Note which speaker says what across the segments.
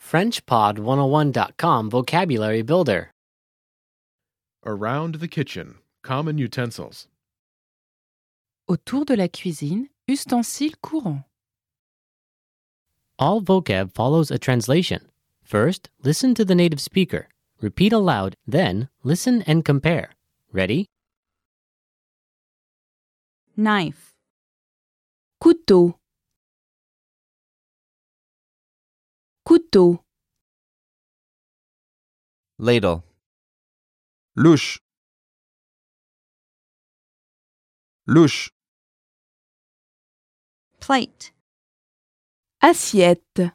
Speaker 1: FrenchPod101.com Vocabulary Builder.
Speaker 2: Around the kitchen, common utensils.
Speaker 3: Autour de la cuisine, ustensiles courants.
Speaker 1: All vocab follows a translation. First, listen to the native speaker. Repeat aloud, then, listen and compare. Ready?
Speaker 3: Knife. Couteau. Couteau.
Speaker 4: ladle,
Speaker 5: louche, louche,
Speaker 6: plate,
Speaker 3: Assiette.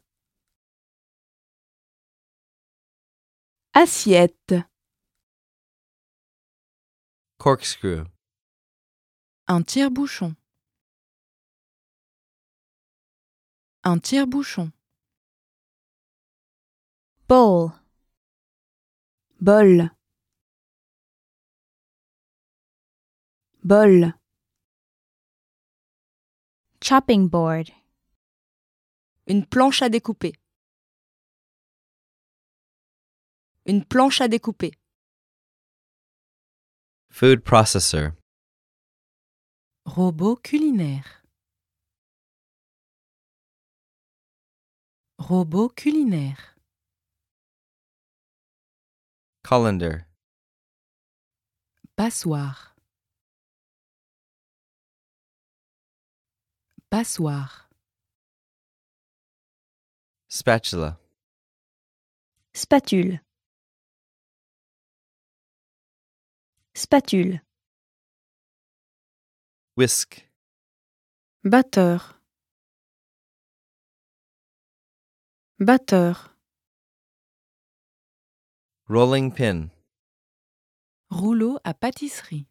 Speaker 3: Assiette.
Speaker 4: corkscrew,
Speaker 3: Un tire-bouchon. Un tire-bouchon.
Speaker 6: bowl,
Speaker 3: Bol. Bol.
Speaker 6: chopping board,
Speaker 7: Une planche à découper. Une planche à découper.
Speaker 4: food processor,
Speaker 3: Robot culinaire. Robot culinaire.
Speaker 4: colander,
Speaker 3: Passoire. Passoire.
Speaker 4: spatula,
Speaker 6: spatule, spatule,
Speaker 4: whisk,
Speaker 3: Batteur. Batteur.
Speaker 4: rolling pin,
Speaker 3: Rouleau à pâtisserie.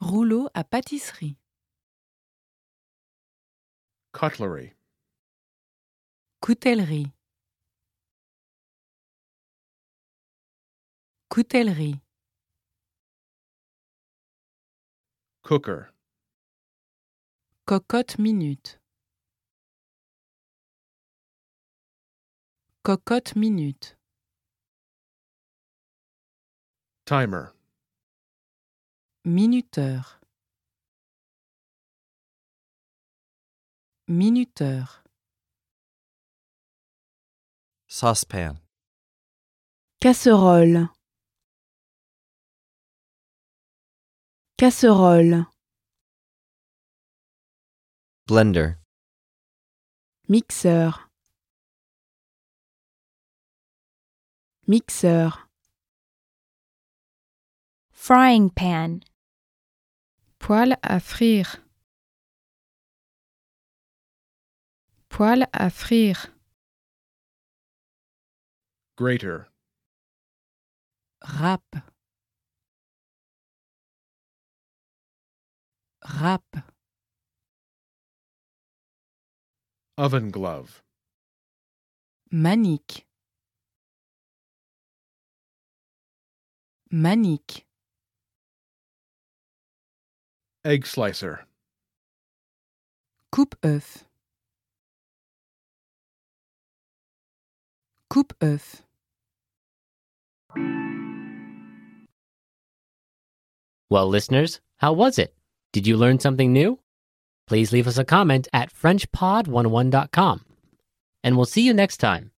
Speaker 3: Rouleau à pâtisserie.
Speaker 2: Cutlery.
Speaker 3: Coutellerie. Coutellerie.
Speaker 2: Cooker.
Speaker 3: Cocotte minute. Cocotte minute.
Speaker 2: Timer.
Speaker 3: Minuteur. Minuteur.
Speaker 4: saucepan,
Speaker 3: Casserole. Casserole.
Speaker 4: blender,
Speaker 3: Mixeur. Mixeur.
Speaker 6: frying pan,
Speaker 8: Poêle à frire. Poêle à frire.
Speaker 2: Grater.
Speaker 3: Rap. Rap.
Speaker 2: Oven glove.
Speaker 3: Manique. Manique.
Speaker 2: Egg slicer.
Speaker 3: Coupe-œuf. Coupe-œuf.
Speaker 1: Well, listeners, how was it? Did you learn something new? oh Please leave us a comment at FrenchPod101.com. And we'll see you next time.